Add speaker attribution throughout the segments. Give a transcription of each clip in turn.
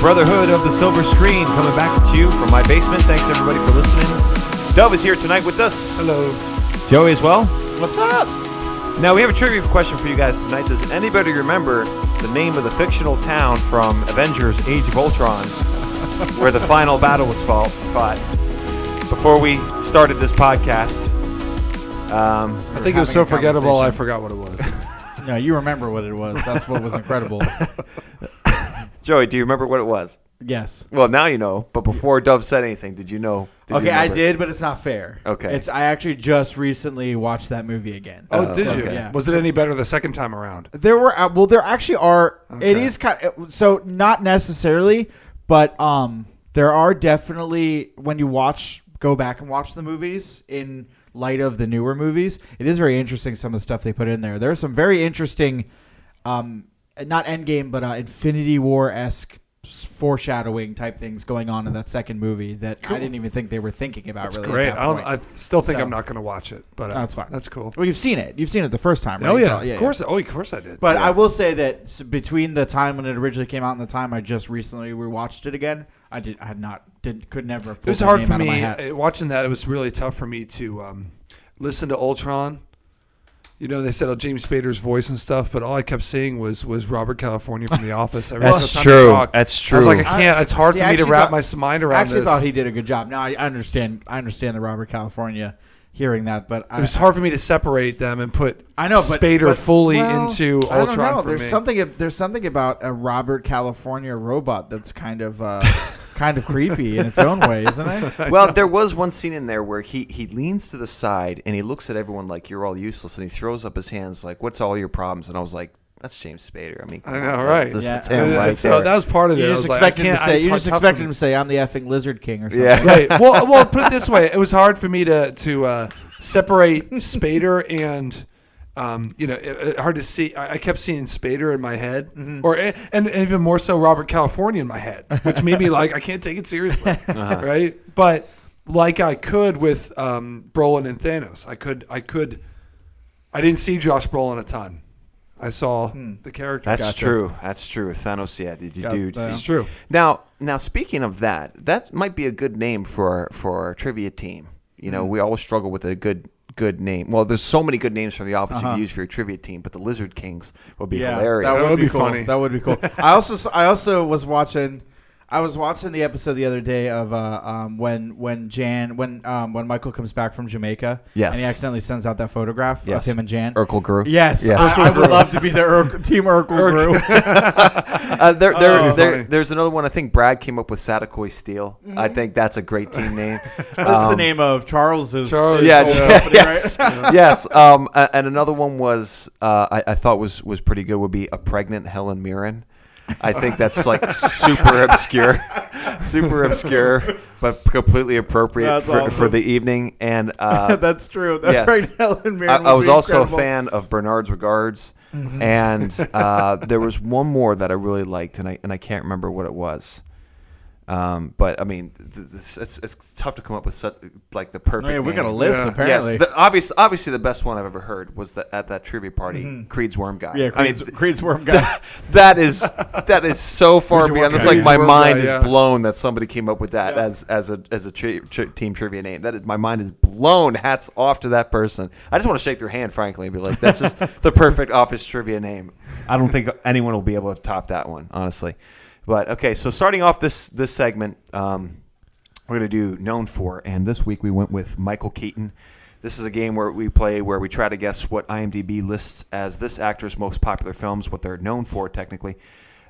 Speaker 1: Brotherhood of the Silver Screen coming back at you from my basement. Thanks everybody for listening. Dove is here tonight with us.
Speaker 2: Hello.
Speaker 1: Joey as well.
Speaker 2: What's up?
Speaker 1: Now we have a trivia question for you guys tonight. Does anybody remember the name of the fictional town from Avengers: Age of Ultron, where the final battle was fought? fought? Before we started this podcast, um,
Speaker 2: I think it
Speaker 3: having
Speaker 2: was so
Speaker 3: a
Speaker 2: forgettable I
Speaker 3: conversation.
Speaker 2: forgot what it was.
Speaker 3: No, you remember what it was. That's what was incredible.
Speaker 1: Joey, do you remember what it was?
Speaker 3: yes.
Speaker 1: Well, now you know. But before Dove said anything, did you know? Did you
Speaker 3: okay, I
Speaker 1: remember?
Speaker 3: did, but it's not fair.
Speaker 1: Okay.
Speaker 3: It's I actually just recently watched that movie again.
Speaker 2: oh, did
Speaker 3: So,
Speaker 2: you?
Speaker 3: Yeah.
Speaker 2: Was it any better the second time around?
Speaker 3: There were uh, well, there actually are. It
Speaker 2: Okay.
Speaker 3: is kind so not necessarily, but um, there are definitely when you watch, go back and watch the movies in light of the newer movies. It is very interesting some of the stuff they put in there. There are some very interesting, um, not Endgame, but uh, Infinity War esque foreshadowing type things going on in that second movie that I didn't even think they were thinking about.
Speaker 2: That's
Speaker 3: really,
Speaker 2: great.
Speaker 3: At that
Speaker 2: I, don't,
Speaker 3: point.
Speaker 2: I still think
Speaker 3: So-
Speaker 2: I'm not going to watch it, but uh,
Speaker 3: No, it's fine.
Speaker 2: That's cool.
Speaker 3: well, you've seen it. You've seen it the first time, right?
Speaker 2: Oh
Speaker 3: So,
Speaker 2: yeah, of course. Oh, of course I did.
Speaker 3: But
Speaker 2: Yeah.
Speaker 3: I will say that s- between the time when it originally came out and the time I just recently rewatched it again, I did I had not did could never. Have
Speaker 2: It was
Speaker 3: pulled that name
Speaker 2: hard for
Speaker 3: out of my
Speaker 2: me
Speaker 3: hat.
Speaker 2: uh, watching that. It was really tough for me to um, listen to Ultron. You know, they said oh, James Spader's voice and stuff, but all I kept seeing was was Robert California from The Office. Every
Speaker 1: That's
Speaker 2: single time he
Speaker 1: true.
Speaker 2: talked,
Speaker 1: That's
Speaker 2: I was like,
Speaker 1: true.
Speaker 2: I can't. It's hard
Speaker 3: See,
Speaker 2: for
Speaker 3: I
Speaker 2: me to
Speaker 3: actually
Speaker 2: wrap
Speaker 3: thought-
Speaker 2: my s- mind
Speaker 3: I
Speaker 2: around
Speaker 3: actually
Speaker 2: this.
Speaker 3: thought he did a good job. Now I I understand. I understand the Robert California hearing that, but I,
Speaker 2: it was hard for me to separate them and put
Speaker 3: I know, but,
Speaker 2: Spader
Speaker 3: but-
Speaker 2: fully
Speaker 3: well,
Speaker 2: into Ultron
Speaker 3: I don't know.
Speaker 2: for
Speaker 3: there's
Speaker 2: me.
Speaker 3: something. There's something about a Robert California robot that's kind of uh, kind of creepy in its own way, isn't it?
Speaker 1: Well, there was one scene in there where he, he leans to the side and he looks at everyone like you're all useless, and he throws up his hands like, "What's all your problems?" And I was like, "That's James Spader." I mean,
Speaker 2: I know, right?
Speaker 1: That's, that's
Speaker 3: Yeah.
Speaker 1: him
Speaker 2: Uh,
Speaker 1: right
Speaker 2: so
Speaker 1: there.
Speaker 2: that was part of it.
Speaker 3: You
Speaker 2: I
Speaker 3: just
Speaker 2: was like, I
Speaker 3: expected him to
Speaker 2: can't- I-
Speaker 3: say.
Speaker 2: it's
Speaker 3: You
Speaker 2: hard-
Speaker 3: just
Speaker 2: tough for
Speaker 3: expected
Speaker 2: me.
Speaker 3: him to say, "I'm the effing lizard king" or something.
Speaker 1: Yeah.
Speaker 2: right. Well, well, put it this way: it was hard for me to to uh, separate Spader and. Um, you know, it, it- hard to see. I, I kept seeing Spader in my head,
Speaker 3: Mm-hmm.
Speaker 2: or and, and even more so Robert California in my head, which made me like I can't take it seriously,
Speaker 3: Uh-huh.
Speaker 2: right? But like I could with um, Brolin and Thanos, I could, I could, I didn't see Josh Brolin a ton. I saw
Speaker 3: Hmm.
Speaker 2: the character.
Speaker 1: That's true. That's true. Thanos, yeah, did you
Speaker 3: Got
Speaker 1: do?
Speaker 3: that.
Speaker 2: It's true.
Speaker 1: Now, now speaking of that, that might be a good name for our, for our trivia team. You
Speaker 2: Hmm.
Speaker 1: know, we always struggle with a good good name. Well, there's so many good names from the office you
Speaker 3: Uh-huh.
Speaker 1: can use for your trivia team, but the Lizard Kings would be hilarious.
Speaker 2: That
Speaker 3: That
Speaker 2: would
Speaker 3: would be,
Speaker 2: be
Speaker 3: cool.
Speaker 2: funny.
Speaker 3: That would be cool. I also s- I also was watching I was watching the episode the other day of uh, um, when when Jan when um, when Michael comes back from Jamaica
Speaker 1: Yes.
Speaker 3: and he accidentally sends out that photograph
Speaker 1: Yes.
Speaker 3: of him and Jan.
Speaker 1: Urkel Gru.
Speaker 3: Yes, Uh,
Speaker 1: Yes.
Speaker 3: I, I would love to be the Ur- team Urkel
Speaker 2: Urkel.
Speaker 3: crew.
Speaker 1: Uh, there, there,
Speaker 2: that'd be
Speaker 1: there-
Speaker 2: funny.
Speaker 1: there's another one. I think Brad came up with Satakoy Steel. I think that's a great team name.
Speaker 3: That's the
Speaker 1: Um,
Speaker 3: name of Charles's.
Speaker 2: Charles.
Speaker 3: his
Speaker 1: Yeah,
Speaker 3: whole
Speaker 1: yeah,
Speaker 3: company, right?
Speaker 1: yes, yes. Um, a- and another one was uh, I, I thought was was pretty good. Would be a pregnant Helen Mirren. I think that's like super obscure, super obscure, but completely appropriate
Speaker 3: That's
Speaker 1: for, for
Speaker 3: awesome.
Speaker 1: the evening. And uh,
Speaker 3: That's true. That
Speaker 1: Yes.
Speaker 3: right, Helen Mirren
Speaker 1: I, I
Speaker 3: would
Speaker 1: was
Speaker 3: be
Speaker 1: also
Speaker 3: incredible. Mm-hmm.
Speaker 1: a fan of Bernard's Regards, and uh, there was one more that I really liked, and I and I can't remember what it was. Um, but I mean, th- this, it's it's tough to come up with such like the perfect.
Speaker 3: Oh, yeah, we got a
Speaker 1: name.
Speaker 3: list
Speaker 2: Yeah.
Speaker 3: apparently.
Speaker 1: Yes, the, obvious, obviously the best one I've ever heard was that at that trivia party,
Speaker 3: Mm-hmm.
Speaker 1: Creed's Worm Guy.
Speaker 3: yeah,
Speaker 1: I mean,
Speaker 3: Creed's,
Speaker 1: th-
Speaker 3: Creed's worm guy.
Speaker 1: that is that is so far
Speaker 2: Creed's Worm
Speaker 1: beyond. It's
Speaker 2: Guy.
Speaker 1: like my
Speaker 2: Creed's Worm
Speaker 1: mind
Speaker 2: Guy,
Speaker 1: is
Speaker 2: yeah.
Speaker 1: blown that somebody came up with that as as a as a tri- tri- team trivia name. That is, my mind is blown. Hats off to that person. I just want to shake their hand, frankly, and be like, "That's just the perfect office trivia name." I don't think anyone will be able to top that one, honestly. But okay, so starting off this this segment. Um, we're going to do known for. And this week we went with Michael Keaton. This is a game where we play where we try to guess what IMDb lists as this actor's most popular films, what they're known for technically.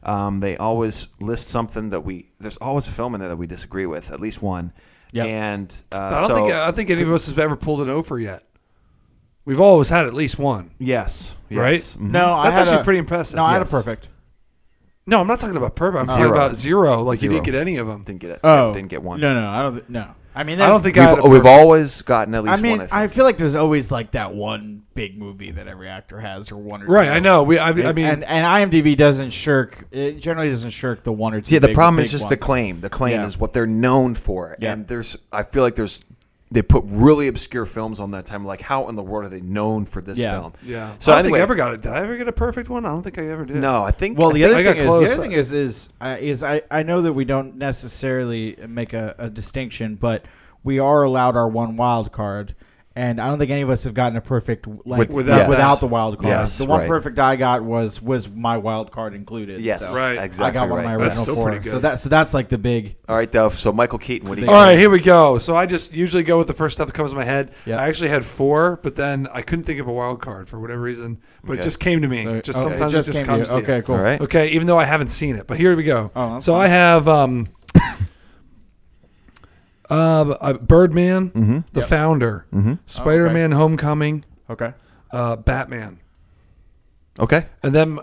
Speaker 1: Um, they always list something that we there's always a film in there that we disagree with, at least one.
Speaker 3: Yep.
Speaker 1: And uh,
Speaker 2: I don't
Speaker 1: so,
Speaker 2: think I think any of us have ever pulled an over yet. We've always had at least one.
Speaker 1: yes, yes,
Speaker 2: Right?
Speaker 1: mhm.
Speaker 3: No, I
Speaker 2: That's
Speaker 3: had
Speaker 2: actually
Speaker 3: a-
Speaker 2: pretty impressive.
Speaker 3: No, I had a
Speaker 1: Yes.
Speaker 3: perfect.
Speaker 2: No, I'm not talking about perfect. I'm talking
Speaker 1: Zero.
Speaker 2: about zero. Like you
Speaker 1: Zero.
Speaker 2: didn't get any of them.
Speaker 1: Didn't get it.
Speaker 3: Oh,
Speaker 1: didn't get one.
Speaker 3: No, no, I don't. thi- No, I mean,
Speaker 2: I
Speaker 3: that's-
Speaker 2: don't think I had a
Speaker 1: We've, we've
Speaker 2: perfect.
Speaker 1: always gotten at least
Speaker 3: I mean,
Speaker 1: one. I think.
Speaker 3: I, feel like there's always like that one big movie that every actor has, or one or
Speaker 2: right.
Speaker 3: two.
Speaker 2: I know. We. I, I mean.
Speaker 3: and, and IMDb doesn't shirk. It generally doesn't shirk the one or two.
Speaker 1: Yeah, the
Speaker 3: big-
Speaker 1: problem
Speaker 3: big
Speaker 1: is just the
Speaker 3: ones.
Speaker 1: claim. The claim
Speaker 3: Yeah.
Speaker 1: is what they're known for,
Speaker 3: Yeah.
Speaker 1: and there's I feel like there's they put really obscure films on that time. Like, how in the world are they known for this
Speaker 3: Yeah.
Speaker 1: film?
Speaker 2: Yeah.
Speaker 1: So
Speaker 2: I don't
Speaker 1: anyway,
Speaker 2: think I ever got it. Did I ever get a perfect one? I don't think I ever did.
Speaker 1: No, I think.
Speaker 3: Well,
Speaker 1: I
Speaker 3: the
Speaker 1: think-
Speaker 3: other,
Speaker 2: I got
Speaker 3: thing is, the
Speaker 2: close.
Speaker 3: other thing is, is I is I, I know that we don't necessarily make a, a distinction, but we are allowed our one wild card, and I don't think any of us have gotten a perfect like
Speaker 1: With-
Speaker 3: without
Speaker 1: yes.
Speaker 3: without the wild card.
Speaker 1: Yes,
Speaker 3: the one
Speaker 1: right.
Speaker 3: perfect I got was was my wild card included.
Speaker 1: yes,
Speaker 3: so
Speaker 2: Right.
Speaker 1: exactly.
Speaker 3: I got one
Speaker 1: right.
Speaker 3: of my
Speaker 2: That's
Speaker 3: original
Speaker 2: still pretty
Speaker 3: four.
Speaker 2: good.
Speaker 3: So that so that's like the big
Speaker 1: All right, Duff. So Michael Keaton, what do you?
Speaker 2: All right, here we go. So I just usually go with the first stuff that comes to my head.
Speaker 3: Yeah.
Speaker 2: I actually had four, but then I couldn't think of a wild card for whatever reason. But
Speaker 1: Okay.
Speaker 2: it just came to me.
Speaker 3: So-
Speaker 2: just
Speaker 3: okay,
Speaker 2: sometimes it just
Speaker 3: oh, came to you.
Speaker 2: comes to you.
Speaker 3: Okay, cool.
Speaker 1: All right.
Speaker 2: Okay, even though I haven't seen it, but here we go.
Speaker 3: Oh, that's
Speaker 2: so
Speaker 3: fine.
Speaker 2: I have um, uh, uh, Birdman, The
Speaker 3: Yep.
Speaker 2: Founder, Spider-Man: Homecoming,
Speaker 3: Okay.
Speaker 2: uh, Batman,
Speaker 1: Okay.
Speaker 2: and then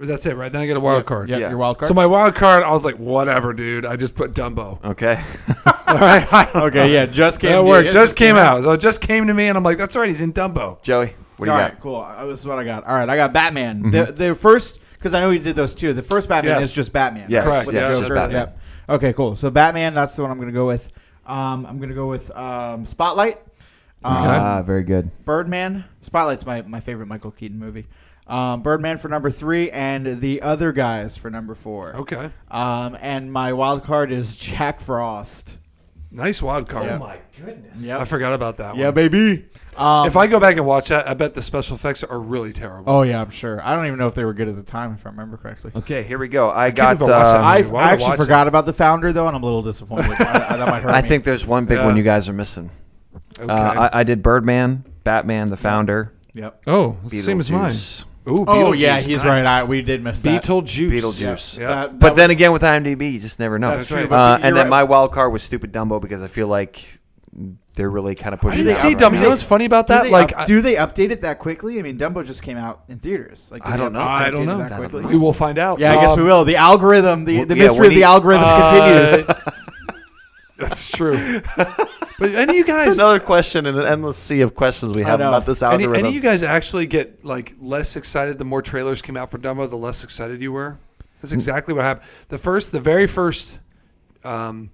Speaker 2: that's it, right? Then I get a wild card.
Speaker 3: Yeah,
Speaker 1: Yeah.
Speaker 3: your wild card.
Speaker 2: So my wild card, I was like, whatever, dude. I just put Dumbo.
Speaker 1: Okay.
Speaker 2: All right, I don't know.
Speaker 3: okay, yeah, just came.
Speaker 2: That
Speaker 3: to you.
Speaker 2: worked.
Speaker 3: It
Speaker 2: Just came out. So it just came to me, and I'm like, that's right. He's in Dumbo.
Speaker 1: Joey, what do you
Speaker 3: All
Speaker 1: got? Mm-hmm.
Speaker 3: right, cool. Uh, This is what I got. All right, I got Batman. The, the first, because I know you did those two. The first Batman
Speaker 2: Yes.
Speaker 3: is just Batman.
Speaker 1: Yes,
Speaker 3: right?
Speaker 2: Correct,
Speaker 3: With
Speaker 2: yes,
Speaker 3: the
Speaker 2: just
Speaker 3: Joker.
Speaker 1: Batman.
Speaker 3: Yep. Okay, cool. So Batman, that's the one I'm going to go with. Um, I'm going to go with um, Spotlight. Um,
Speaker 1: Ah, very good.
Speaker 3: Birdman. Spotlight's my, my favorite Michael Keaton movie. Um, Birdman for number three, and The Other Guys for number four.
Speaker 2: Okay,
Speaker 3: Um, and my wild card is Jack Frost.
Speaker 2: nice wild card.
Speaker 3: Yeah.
Speaker 2: Oh my goodness.
Speaker 3: Yep.
Speaker 2: I forgot about that one.
Speaker 3: baby. Um,
Speaker 2: if I go back and watch that, I bet the special effects are really terrible.
Speaker 3: oh yeah, I'm sure. I don't even know if they were good at the time, if I remember correctly.
Speaker 1: Okay, here we go. I,
Speaker 2: can't
Speaker 1: got.
Speaker 2: even watch that.
Speaker 1: um,
Speaker 3: I,
Speaker 2: I
Speaker 1: I,
Speaker 2: mean, why
Speaker 3: I
Speaker 2: would
Speaker 3: actually
Speaker 2: watch it?
Speaker 3: forgot about the founder though, and I'm a little disappointed. I, I- that might hurt me.
Speaker 1: think there's one big
Speaker 2: Yeah.
Speaker 1: one you guys are missing.
Speaker 2: okay.
Speaker 1: Uh, I, I did Birdman, Batman, The Founder,
Speaker 3: Yep.
Speaker 2: oh, same as mine.
Speaker 1: Beetlejuice.
Speaker 2: Ooh,
Speaker 3: Oh
Speaker 2: Beetlejuice,
Speaker 3: yeah, he's
Speaker 2: nice.
Speaker 3: right. I, we did miss that.
Speaker 2: Beetlejuice.
Speaker 1: Beetlejuice.
Speaker 2: Yeah.
Speaker 3: That- that
Speaker 1: But then
Speaker 3: was-
Speaker 1: again, with IMDb, you just never know.
Speaker 3: That's true, but
Speaker 1: Uh,
Speaker 3: you're
Speaker 1: and then
Speaker 3: right.
Speaker 1: my wild card was Stupid Dumbo because I feel like they're really kind of
Speaker 2: I
Speaker 1: pushing.
Speaker 2: didn't
Speaker 1: it
Speaker 2: see
Speaker 1: out right
Speaker 2: Dumbo. You
Speaker 1: now.
Speaker 2: know what's funny about
Speaker 3: do
Speaker 2: that?
Speaker 3: they
Speaker 2: Like,
Speaker 3: up- do they update it that quickly? I mean, Dumbo just came out in theaters. Like, do
Speaker 1: I
Speaker 3: they
Speaker 1: don't know.
Speaker 3: update
Speaker 2: I
Speaker 3: it
Speaker 2: don't know.
Speaker 3: That quickly?
Speaker 2: we will find out.
Speaker 3: Yeah, I guess
Speaker 2: Um,
Speaker 3: we will. The algorithm, the, the
Speaker 1: yeah,
Speaker 3: mystery
Speaker 1: when
Speaker 3: of the
Speaker 1: he-
Speaker 3: algorithm
Speaker 2: Uh,
Speaker 3: continues.
Speaker 2: That's true. but any of you
Speaker 1: That's
Speaker 2: guys,
Speaker 1: another question in an endless sea of questions we have
Speaker 3: know.
Speaker 1: about this
Speaker 2: any,
Speaker 1: algorithm.
Speaker 2: any of you guys actually get like less excited the more trailers came out for Dumbo, the less excited you were. That's
Speaker 3: Mm.
Speaker 2: exactly what happened. The first, the very first um,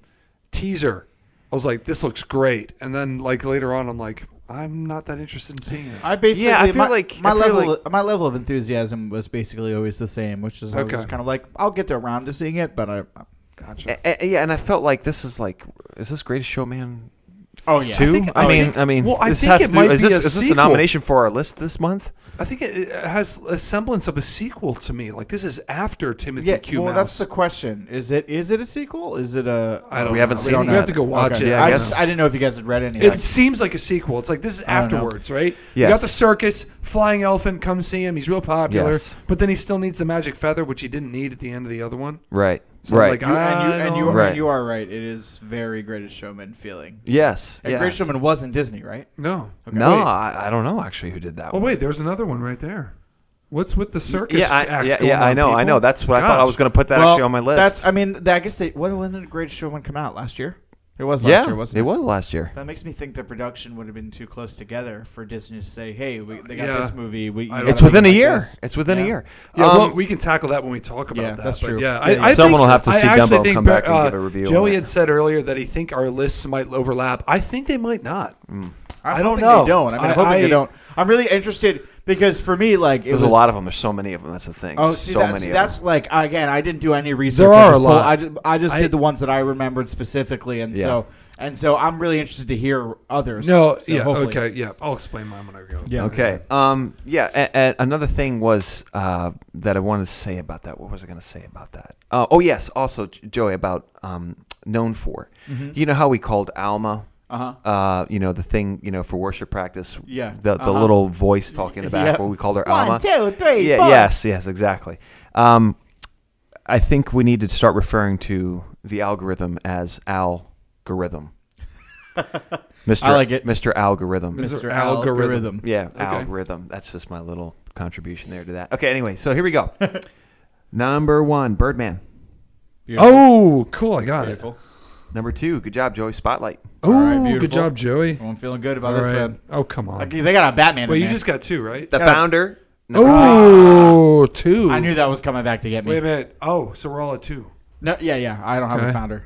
Speaker 2: teaser, I was like, "This looks great," and then like later on, I'm like, "I'm not that interested in seeing this."
Speaker 3: I basically,
Speaker 1: Yeah, I feel
Speaker 3: my,
Speaker 1: like-
Speaker 3: my
Speaker 1: I feel
Speaker 3: level,
Speaker 1: like-
Speaker 3: my level of enthusiasm was basically always the same, which is I was
Speaker 2: Okay.
Speaker 3: just kind of like, I'll get around to seeing it, but I.
Speaker 2: gotcha.
Speaker 1: A- a- yeah, and I felt like this is like, is this Greatest Showman
Speaker 3: Oh yeah,
Speaker 1: two? I,
Speaker 2: think- I
Speaker 1: mean,
Speaker 2: think-
Speaker 1: I mean,
Speaker 2: well, I
Speaker 1: this
Speaker 2: think
Speaker 1: has
Speaker 2: it
Speaker 1: to do-
Speaker 2: might
Speaker 1: is
Speaker 2: be
Speaker 1: this
Speaker 2: a
Speaker 1: is this a
Speaker 2: sequel.
Speaker 1: nomination for our list this month?
Speaker 2: I think it, it has a semblance of a sequel to me. Like this is after Timothy
Speaker 3: yeah.
Speaker 2: Q.
Speaker 3: well,
Speaker 2: Mouse.
Speaker 3: that's the question. Is it is it a sequel? Is it a?
Speaker 2: I don't
Speaker 1: We haven't
Speaker 2: know.
Speaker 1: seen
Speaker 2: we
Speaker 1: it
Speaker 2: don't We
Speaker 1: yet.
Speaker 2: have to go watch
Speaker 1: Okay.
Speaker 2: it.
Speaker 1: Yeah, I
Speaker 3: I,
Speaker 2: don't
Speaker 1: guess.
Speaker 3: just
Speaker 2: know.
Speaker 3: I didn't know if you guys had read any.
Speaker 2: It
Speaker 3: of it.
Speaker 2: seems like a sequel. It's like this is
Speaker 3: I don't know.
Speaker 2: afterwards, right? You
Speaker 1: Yes.
Speaker 2: got the circus, flying elephant, come see him. He's real popular.
Speaker 1: Yes.
Speaker 2: But then he still needs the magic feather, which he didn't need at the end of the other one.
Speaker 1: Right.
Speaker 2: So,
Speaker 1: right.
Speaker 2: like,
Speaker 3: You- and you and you,
Speaker 1: Right.
Speaker 3: and you are right. It is very Greatest Showman feeling.
Speaker 1: yes.
Speaker 3: And
Speaker 1: yes.
Speaker 3: Greatest Showman wasn't Disney, right?
Speaker 2: No.
Speaker 1: No,
Speaker 3: Wait.
Speaker 1: I, I don't know actually who did that.
Speaker 2: Oh
Speaker 1: one.
Speaker 2: wait, there's another one right there. What's with the circus?
Speaker 1: Yeah, I,
Speaker 2: act
Speaker 1: yeah,
Speaker 2: going
Speaker 1: yeah, I
Speaker 2: on,
Speaker 1: know, I
Speaker 2: people?
Speaker 1: know. That's what I thought. I
Speaker 2: Gosh.
Speaker 1: was going to put that actually on my list.
Speaker 3: That's. I mean, that- I guess they. When, when did Greatest Showman come out? Last year. It was last
Speaker 1: yeah,
Speaker 3: year, wasn't
Speaker 1: it
Speaker 3: it?
Speaker 1: was last year.
Speaker 3: That makes me think the production would have been too close together for Disney to say, "Hey, we, they got
Speaker 2: Yeah.
Speaker 3: this movie. We, you
Speaker 2: I don't
Speaker 3: gotta
Speaker 1: It's
Speaker 3: make
Speaker 1: within
Speaker 3: it
Speaker 1: a
Speaker 3: like
Speaker 1: year.
Speaker 3: this."
Speaker 1: It's within
Speaker 3: Yeah.
Speaker 1: a year.
Speaker 2: Yeah,
Speaker 1: Um,
Speaker 2: well, we can tackle that when we talk about
Speaker 3: yeah,
Speaker 2: that.
Speaker 3: that's
Speaker 2: but
Speaker 3: true.
Speaker 2: Yeah,
Speaker 3: Yeah,
Speaker 2: I, I
Speaker 1: someone
Speaker 2: think-
Speaker 1: will have to
Speaker 2: I
Speaker 1: see
Speaker 2: actually
Speaker 1: Dumbo,
Speaker 2: think
Speaker 1: come back and
Speaker 2: uh,
Speaker 1: give a review on
Speaker 2: Joey
Speaker 1: it.
Speaker 2: had said earlier that he think our lists might overlap. I think they might not.
Speaker 1: Hmm.
Speaker 3: I'm
Speaker 2: I don't
Speaker 3: hoping they
Speaker 2: know.
Speaker 3: don't. I mean, I'm
Speaker 2: I-
Speaker 3: hoping they
Speaker 2: I-
Speaker 3: don't. I'm really interested because for me, like, it
Speaker 1: there's
Speaker 3: was
Speaker 1: a lot of them. There's so many of them. That's the thing.
Speaker 3: Oh, see,
Speaker 1: so
Speaker 3: that's,
Speaker 1: many.
Speaker 3: that's
Speaker 1: of
Speaker 3: like again, I didn't do any research.
Speaker 2: There
Speaker 3: I just
Speaker 2: are a
Speaker 3: pulled-
Speaker 2: lot.
Speaker 3: I just, I just
Speaker 2: I-
Speaker 3: did the ones that I remembered specifically, and
Speaker 1: Yeah.
Speaker 3: so and so I'm really interested to hear others.
Speaker 2: No.
Speaker 3: So
Speaker 2: yeah.
Speaker 3: hopefully-
Speaker 2: Okay. Yeah. I'll explain mine when I go.
Speaker 3: Yeah.
Speaker 1: them. Okay. Um. Yeah. And, and another thing was uh, that I wanted to say about that. What was I going to say about that? Uh, oh yes. Also, J- Joey about um, known for. You know how we called Alma.
Speaker 3: Mm-hmm. Uh-huh.
Speaker 1: Uh, you know the thing you know for worship practice.
Speaker 3: Yeah.
Speaker 1: The, the
Speaker 3: Uh-huh.
Speaker 1: little voice talking in the back.
Speaker 3: Yep.
Speaker 1: What we called her
Speaker 3: One,
Speaker 1: Alma.
Speaker 3: two, three,
Speaker 1: Yeah.
Speaker 3: four.
Speaker 1: Yes. Yes. Exactly. Um, I think we need to start referring to the algorithm as algorithm. Mr.
Speaker 3: I like it.
Speaker 1: Mr. Algorithm.
Speaker 3: Mr.
Speaker 2: Mr.
Speaker 3: Algorithm.
Speaker 2: Algorithm.
Speaker 1: Yeah,
Speaker 2: Okay.
Speaker 1: algorithm. That's just my little contribution there to that. Okay, anyway, so here we go. Number one, Birdman.
Speaker 2: Oh, cool! I got
Speaker 3: Beautiful.
Speaker 1: Number two, good job, Joey. Spotlight.
Speaker 2: it.
Speaker 3: All
Speaker 2: Ooh,
Speaker 3: right, beautiful.
Speaker 2: good job, Joey.
Speaker 3: Oh, I'm feeling good about
Speaker 2: All
Speaker 3: this
Speaker 2: right.
Speaker 3: one.
Speaker 2: Oh, come on.
Speaker 3: Okay, they got a Batman.
Speaker 2: Well,
Speaker 3: in
Speaker 2: you
Speaker 3: there.
Speaker 2: just got two, right?
Speaker 1: The founder. Number
Speaker 2: Oh, two.
Speaker 3: I knew that was coming back to get me.
Speaker 2: Wait a minute. Oh, so we're all at two.
Speaker 3: No, yeah, yeah. I don't have a
Speaker 2: Okay.
Speaker 3: founder.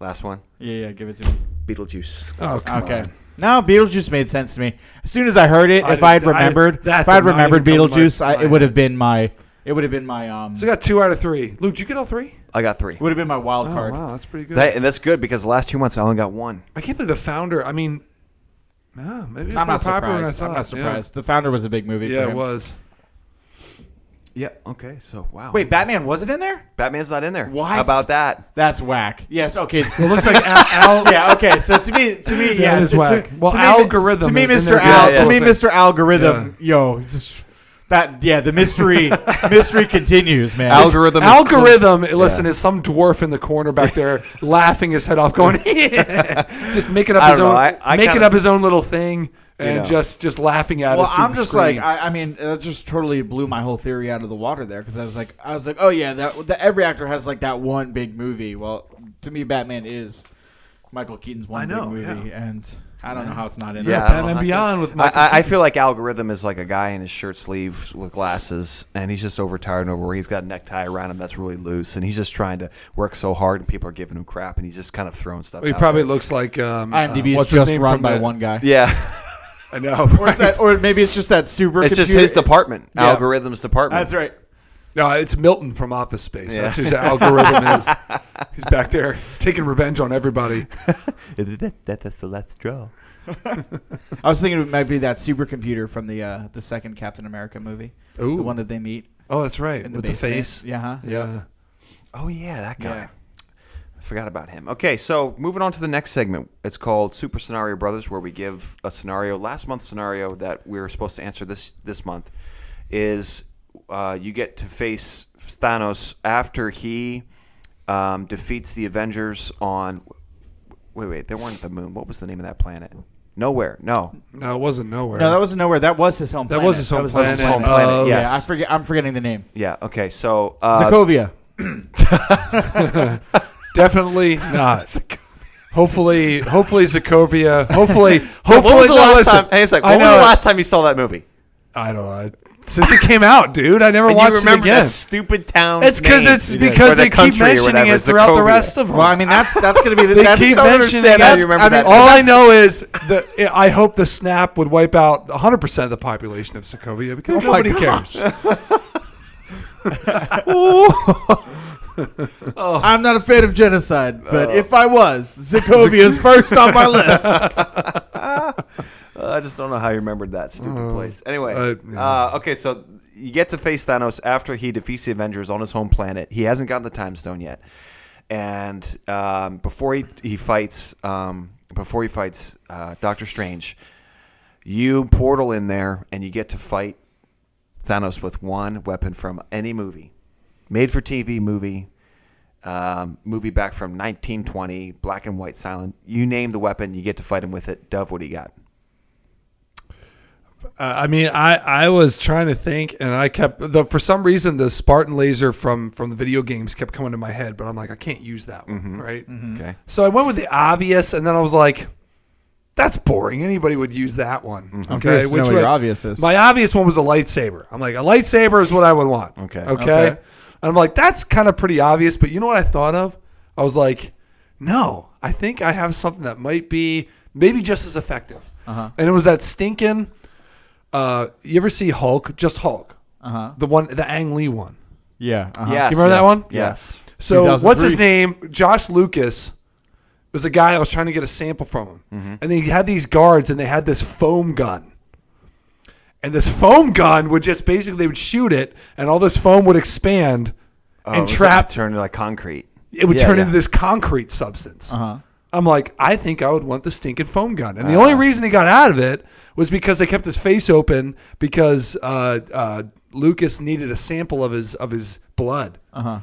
Speaker 1: Last one.
Speaker 3: Yeah, yeah. Give it to me.
Speaker 1: Beetlejuice.
Speaker 2: Oh, come
Speaker 3: Okay.
Speaker 2: on.
Speaker 3: No, Beetlejuice made sense to me. As soon as I heard it,
Speaker 2: I
Speaker 3: if I had
Speaker 2: didn't- I-
Speaker 3: remembered,
Speaker 2: that
Speaker 3: if I had
Speaker 2: did not
Speaker 3: remembered
Speaker 2: even come to my
Speaker 3: Beetlejuice, I, it
Speaker 2: mind.
Speaker 3: would have been my, it would have been my, um,
Speaker 2: So I got two out of three. Luke, did you get all three?
Speaker 1: I got three.
Speaker 3: would have been my wild
Speaker 2: Oh,
Speaker 3: card.
Speaker 2: wow, that's pretty good.
Speaker 1: That, and that's good because the last two months I only got one.
Speaker 2: I can't believe the founder. I mean, no, maybe it's
Speaker 3: I'm
Speaker 2: more
Speaker 3: not
Speaker 2: popular than I
Speaker 3: surprised.
Speaker 2: thought.
Speaker 3: I'm not
Speaker 2: Yeah.
Speaker 3: surprised. The Founder was a big movie. for
Speaker 2: Yeah, it
Speaker 3: him.
Speaker 2: was.
Speaker 1: Yeah. Okay. So wow.
Speaker 3: Wait, Batman wasn't in there?
Speaker 1: Batman's not in there.
Speaker 3: What?
Speaker 1: How about that?
Speaker 3: That's whack. Yes. Okay.
Speaker 2: Well, it looks like Al. Al
Speaker 3: yeah. Okay. So to me, to me,
Speaker 2: That
Speaker 3: yeah,
Speaker 2: is
Speaker 3: to-
Speaker 2: whack.
Speaker 3: to-
Speaker 2: Well,
Speaker 3: to
Speaker 2: algorithm
Speaker 3: Me,
Speaker 2: is
Speaker 3: to
Speaker 2: in
Speaker 3: me,
Speaker 2: there
Speaker 3: Mr. Al.
Speaker 1: too. Yeah,
Speaker 3: To me,
Speaker 2: yeah.
Speaker 3: Mr. Algorithm. Yo, just, that yeah. The mystery, mystery continues, man.
Speaker 1: Algorithm. is
Speaker 2: algorithm, listen, is some dwarf in the corner back there laughing his head off, going, just making up
Speaker 1: I
Speaker 2: his
Speaker 1: don't
Speaker 2: own,
Speaker 1: know. I- I
Speaker 2: making
Speaker 1: kinda-
Speaker 2: up his own little thing, and
Speaker 1: know.
Speaker 2: just just laughing at
Speaker 3: Well,
Speaker 2: us. through
Speaker 3: I'm
Speaker 2: the
Speaker 3: just
Speaker 2: screen.
Speaker 3: like I, I mean that just totally blew my whole theory out of the water there because I was like I was like oh yeah that, that every actor has like that one big movie. Well, to me Batman is Michael Keaton's one
Speaker 2: know,
Speaker 3: big movie, and I don't know how it's not in
Speaker 1: Yeah, I
Speaker 3: there.
Speaker 1: don't know.
Speaker 2: Batman
Speaker 1: That's-
Speaker 2: Beyond with
Speaker 1: I,
Speaker 2: Michael
Speaker 1: I, I feel like algorithm is like a guy in his shirt sleeves with glasses, and he's just overtired and over. He's got a necktie around him that's really loose, and he's just trying to work so hard, and people are giving him crap, and he's just kind of throwing stuff.
Speaker 2: he
Speaker 1: out
Speaker 2: probably
Speaker 1: there.
Speaker 2: looks like um, uh,
Speaker 3: IMDb is
Speaker 2: what's his
Speaker 3: just
Speaker 2: name
Speaker 3: run
Speaker 2: from
Speaker 3: by
Speaker 2: the-
Speaker 3: one guy.
Speaker 1: Yeah,
Speaker 2: I know.
Speaker 3: Or, is
Speaker 2: Right?
Speaker 3: that, or maybe it's just that super.
Speaker 1: it's just his
Speaker 3: computer-
Speaker 1: department,
Speaker 3: Yeah.
Speaker 1: algorithms department.
Speaker 3: That's right.
Speaker 2: No, it's Milton from Office Space.
Speaker 1: Yeah.
Speaker 2: That's who the algorithm is. He's back there taking revenge on everybody.
Speaker 1: that, that, that's the last straw.
Speaker 3: I was thinking it might be that supercomputer from the uh, the second Captain America movie,
Speaker 2: Ooh.
Speaker 3: the one that they meet
Speaker 2: Oh, that's right.
Speaker 3: in the
Speaker 2: With the
Speaker 3: basement.
Speaker 2: face.
Speaker 3: Yeah, huh?
Speaker 2: Yeah.
Speaker 1: Oh yeah, that guy.
Speaker 3: Yeah.
Speaker 1: I forgot about him. Okay, so moving on to the next segment. It's called Super Scenario Brothers, where we give a scenario. Last month's scenario that we were supposed to answer this this month is uh, you get to face Thanos after he um, defeats the Avengers on. Wait, wait, they weren't at the moon. What was the name of that planet? Nowhere. No.
Speaker 2: No, it wasn't nowhere.
Speaker 3: No, that was nowhere. That was his home.
Speaker 2: That
Speaker 3: planet.
Speaker 2: was his home
Speaker 1: That was his
Speaker 2: planet.
Speaker 1: home planet,
Speaker 2: of-
Speaker 1: yes.
Speaker 3: Yeah, I forget. I'm forgetting the name.
Speaker 1: Yeah. Okay. So uh,
Speaker 3: Sokovia.
Speaker 2: Definitely not. hopefully, hopefully Zakovia. Hopefully, hopefully.
Speaker 1: What was the
Speaker 2: no,
Speaker 1: last
Speaker 2: listen,
Speaker 1: time? Hey, it's like,
Speaker 2: I
Speaker 1: when was
Speaker 2: know
Speaker 1: the
Speaker 2: it.
Speaker 1: last time you saw that movie?
Speaker 2: I don't know. I- Since it came out, dude, I never
Speaker 1: And
Speaker 2: watched
Speaker 1: you remember
Speaker 2: it again.
Speaker 1: that stupid town?
Speaker 2: it's because
Speaker 1: name.
Speaker 2: it's
Speaker 1: Or
Speaker 2: because
Speaker 1: the
Speaker 2: they keep
Speaker 1: country or
Speaker 2: mentioning
Speaker 1: whatever,
Speaker 2: it throughout the
Speaker 1: Sokovia.
Speaker 2: rest of them.
Speaker 3: Well, I mean that's that's gonna be the.
Speaker 2: they
Speaker 3: that's,
Speaker 2: keep
Speaker 3: I don't
Speaker 2: mentioning
Speaker 3: understand how
Speaker 2: that.
Speaker 1: you remember
Speaker 3: I mean,
Speaker 1: that.
Speaker 2: All I
Speaker 1: That's-
Speaker 2: know is the. I hope the snap would wipe out 100 percent of the population of Sokovia because
Speaker 3: Oh my
Speaker 2: nobody cares.
Speaker 3: oh. I'm not a fan of genocide, but if I was, Zakovia's first on my list.
Speaker 1: Uh, I just don't know how you remembered that stupid place. Anyway,
Speaker 2: uh,
Speaker 1: uh, okay, so you get to face Thanos after he defeats the Avengers on his home planet. He hasn't gotten the Time Stone yet, and um, before he he fights um, before he fights uh, Doctor Strange, you portal in there and you get to fight Thanos with one weapon from any movie, made for TV movie, um, movie back from 1920, black and white, silent. You name the weapon, you get to fight him with it. Dove, what do you got?
Speaker 2: Uh, I mean, I, I was trying to think, and I kept the for some reason the Spartan laser from from the video games kept coming to my head, but I'm like, I can't use that one, right?
Speaker 1: Okay.
Speaker 2: So I went with the obvious, and then I was like, that's boring. Anybody would use that one.
Speaker 3: curious to know what your obvious is.
Speaker 2: My obvious one was a lightsaber. I'm like, a lightsaber is what I would want.
Speaker 1: Okay.
Speaker 2: Okay.
Speaker 3: Okay.
Speaker 2: And I'm like, that's kind of pretty obvious, but you know what I thought of? I was like, no, I think I have something that might be maybe just as effective. Uh-huh. And it was that stinking. Uh, you ever see Hulk? Just Hulk.
Speaker 3: Uh-huh.
Speaker 2: The one, the Ang Lee one.
Speaker 3: Yeah. uh-huh.
Speaker 1: Yes.
Speaker 2: You remember that one?
Speaker 1: Yes.
Speaker 2: So
Speaker 3: 2003.
Speaker 2: what's his name? Josh Lucas was a guy I was trying to get a sample from him,
Speaker 1: Mm-hmm.
Speaker 2: and they had these guards, and they had this foam gun, and this foam gun would just basically they would shoot it, and all this foam would expand and trap.
Speaker 1: turned into Oh, like concrete.
Speaker 2: it would
Speaker 1: Yeah,
Speaker 2: turn
Speaker 1: yeah.
Speaker 2: into this concrete substance.
Speaker 3: Uh-huh.
Speaker 2: I'm like, I think I would want the stinking foam gun,
Speaker 1: Ah.
Speaker 2: and the only reason he got out of it was because they kept his face open because uh, uh, Lucas needed a sample of his of his blood.
Speaker 3: Uh-huh.